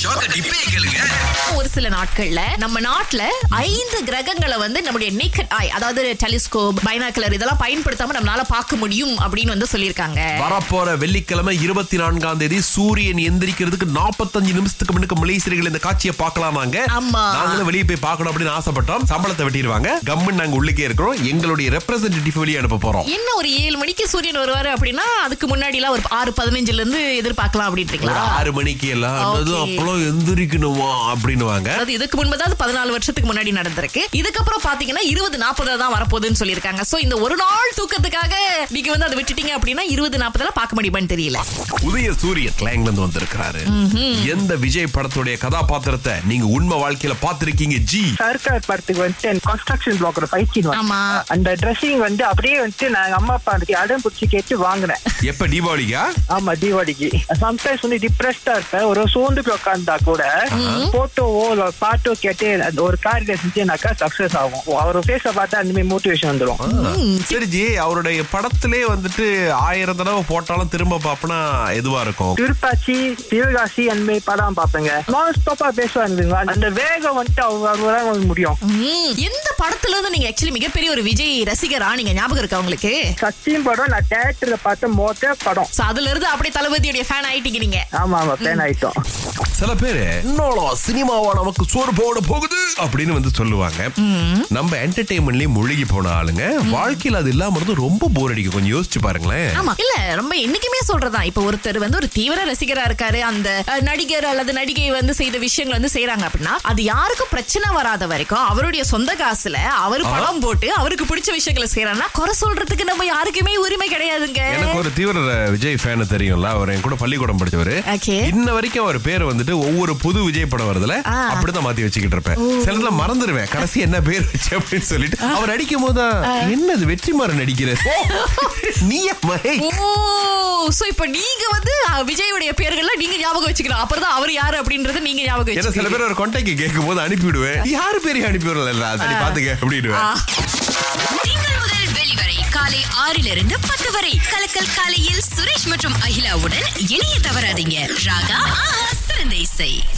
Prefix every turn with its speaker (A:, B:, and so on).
A: ஷாக்க டிப்பே கேளுங்க
B: ஒரு சில நாட்கள்ல நம்ம நாட்டுல ஐந்து கிரகங்களை வந்து நம்முடைய நேக்கட் ஐ அதாவது டெலிஸ்கோப் பைனாக்குலர் இதெல்லாம் பயன்படுத்தாம நம்மளால பார்க்க முடியும் அப்படின்னு வந்து சொல்லியிருக்காங்க
C: வரப்போற வெள்ளிக்கிழமை இருபத்தி நான்காம் தேதி சூரியன் எந்திரிக்கிறதுக்கு 45 நிமிஷத்துக்கு முன்னுக்கு மலேசியர்கள் இந்த காட்சியை பார்க்கலாமாங்க
B: ஆமா.
C: நாங்களும் வெளியே போய் பார்க்கணும் அப்படின்னு ஆசைப்பட்டோம் சம்பளத்தை வெட்டிடுவாங்க கம்மன் நாங்க உள்ளுக்கே இருக்கிறோம் எங்களுடைய ரெப்ரசன்டேட்டிவ் வெளியே அனுப்ப போறோம்
B: என்ன ஒரு ஏழு மணிக்கு சூரியன் வருவாரு அப்படின்னா அதுக்கு முன்னாடி எல்லாம் ஒரு ஆறு பதினஞ்சுல இருந்து எதிர்பார்க்கலாம் அப்படின்னு
C: ஒரு
B: இருக்கீங்களா
C: ஆறு மணிக்கு எல்லாம் அதாவது
B: Okay.
C: அப்பளம் எந்திரிக்கணுமா அப்படின்னுவாங்க
B: அதாவது இதுக்கு முன்பதாவது பதினாலு வருஷத்துக்கு முன்னாடி நடந்திருக்கு இதுக்கப்புறம் பாத்தீங்கன்னா இருபது நாற்பதுல தான் வரப்போகுதுன்னு சொல்லியிருக்காங்க சோ இந்த ஒரு நாள் தூக்கத்துக்காக நீங்க வந்து அதை விட்டுட்டீங்க அப்படின்னா இருபது நாற்பதுல பார்க்க முடியுமான்னு தெரியல
C: உதய சூரியன் இங்கிலாந்து வந்திருக்கிறாரு எந்த விஜய் படத்துடைய கதாபாத்திரத்தை நீங்க உண்மை வாழ்க்கையில பாத்திருக்கீங்க ஜி
D: சர்க்கார் படத்துக்கு வந்துட்டு கன்ஸ்ட்ரக்ஷன் பிளாக்ல ஃபைட்டின்
B: ஆமா.
D: அந்த ட்ரெஸ்ஸிங் வந்து அப்படியே வந்துட்டு நான் எங்க அம்மா அப்பா அடம் பிடிச்சி கேட்டு வாங்கினேன்
C: எப்ப தீபாவளிக்கா
D: ஆமா தீபாவளிக்கு சம்டைம்ஸ் வந்து டிப்ரெஸ்டா இருப்பேன் ஒரு சோர்ந்து போய் உட்கார்ந்தா கூட போட்டோவோ இல்ல பாட்டோ கேட்டு அந்த ஒரு காரியத்தை செஞ்சேனாக்கா சக்சஸ் ஆகும் அவர் ஃபேஸ பார்த்தா அந்த மாதிரி மோட்டிவேஷன் வந்துடும்
C: சரி ஜி அவருடைய படத்திலே வந்துட்டு ஆயிரம் தடவை போட்டாலும் திரும்ப பாப்பனா எதுவா இருக்கும்
D: திருப்பாச்சி சிவகாசி அந்த மாதிரி படம் பார்ப்பேங்க நான் ஸ்டாப்பா பேசுவாங்க அந்த வேகம் வந்துட்டு அவங்க அவங்களால முடியும்
B: ம், எந்த படத்துல இருந்து நீங்க ஆக்சுவலி மிகப்பெரிய ஒரு விஜய் ரசிகரா நீங்க ஞாபகம் இருக்கா உங்களுக்கு
D: சத்தியம் படம் நான் தேட்டர்ல பார்த்த மொத்த படம்
B: சோ அதுல இருந்து அப்படியே தளபதியுடைய ஃபேன் ஆயிட்டீங்க நீங்க
D: ஆமா ஆமா ஃபேன் ஆயிட்டோம்
C: சில பேரு இன்னொரு சினிமாவா நமக்கு சோறு போட போகுது அப்படின்னு வந்து சொல்லுவாங்க நம்ம என்டர்டைன்மெண்ட்லயே முழுகி போன ஆளுங்க வாழ்க்கையில அது இல்லாம இருந்து ரொம்ப போர் அடிக்கும் கொஞ்சம் யோசிச்சு பாருங்களேன்
B: ஆமா இல்ல ரொம்ப என்னைக்குமே சொல்றதா இப்ப ஒருத்தர் வந்து ஒரு தீவிர ரசிகரா இருக்காரு அந்த அஹ், நடிகர் அல்லது நடிகை வந்து செய்த விஷயங்கள் வந்து செய்யறாங்க அப்படின்னா அது யாருக்கும் பிரச்சனை வராத வரைக்கும் அவருடைய சொந்த காசுல அவரு பணம் போட்டு அவருக்கு பிடிச்ச விஷயங்களை செய்யறாங்கன்னா குறை சொல்றதுக்கு நம்ம யாருக்குமே உரிமை கிடையாதுங்க
C: எனக்கு ஒரு தீவிர விஜய் ஃபேன் தெரியும்ல அவர் என் கூட பள்ளிக்கூடம் படிச்சவரு
B: Okay.
C: இன்ன வரைக்கும் அவர் பேர் வந்துட்டு ஒவ்வொரு புது விஜய் படம் வருதுல
B: ஆ.
C: அப்படிதான் மாத்தி வச்சுக்கிட்டு இருப்பேன் சில நேரத்துல மறந்துருவேன் கடைசி என்ன பேர் வச்சு அப்படின்னு சொல்லிட்டு அவர் அடிக்கும் போது என்ன இது வெற்றிமாறன் நடிக்கிற நீ
B: ஓ சோ இப்ப நீங்க வந்து அஹ், விஜயுடைய பேர்கள்ல நீங்க ஞாபகம் வச்சுக்கணும் அப்புறம் தான் அவர் யாரு அப்படின்றத நீங்க ஞாபகம்
C: ஏன்னா சில
B: வச்சுக்கணும்
C: பேர் ஒரு கொண்டைக்கு கேட்கும் போது அனுப்பிவிடுவேன் யாரு பேரையும் அனுப்பிவிடல அதை பாத்துக்க அப்படின்னுவேன்
E: திங்கள் முதல் வெளிவரை காலை ஆறிலிருந்து பத்து வரை கலக்கல் காலையில் சுரேஷ் மற்றும் அகிலாவுடன் இணைய தவறாதீங்க ராகா ஆஹா, சிறந்த இசை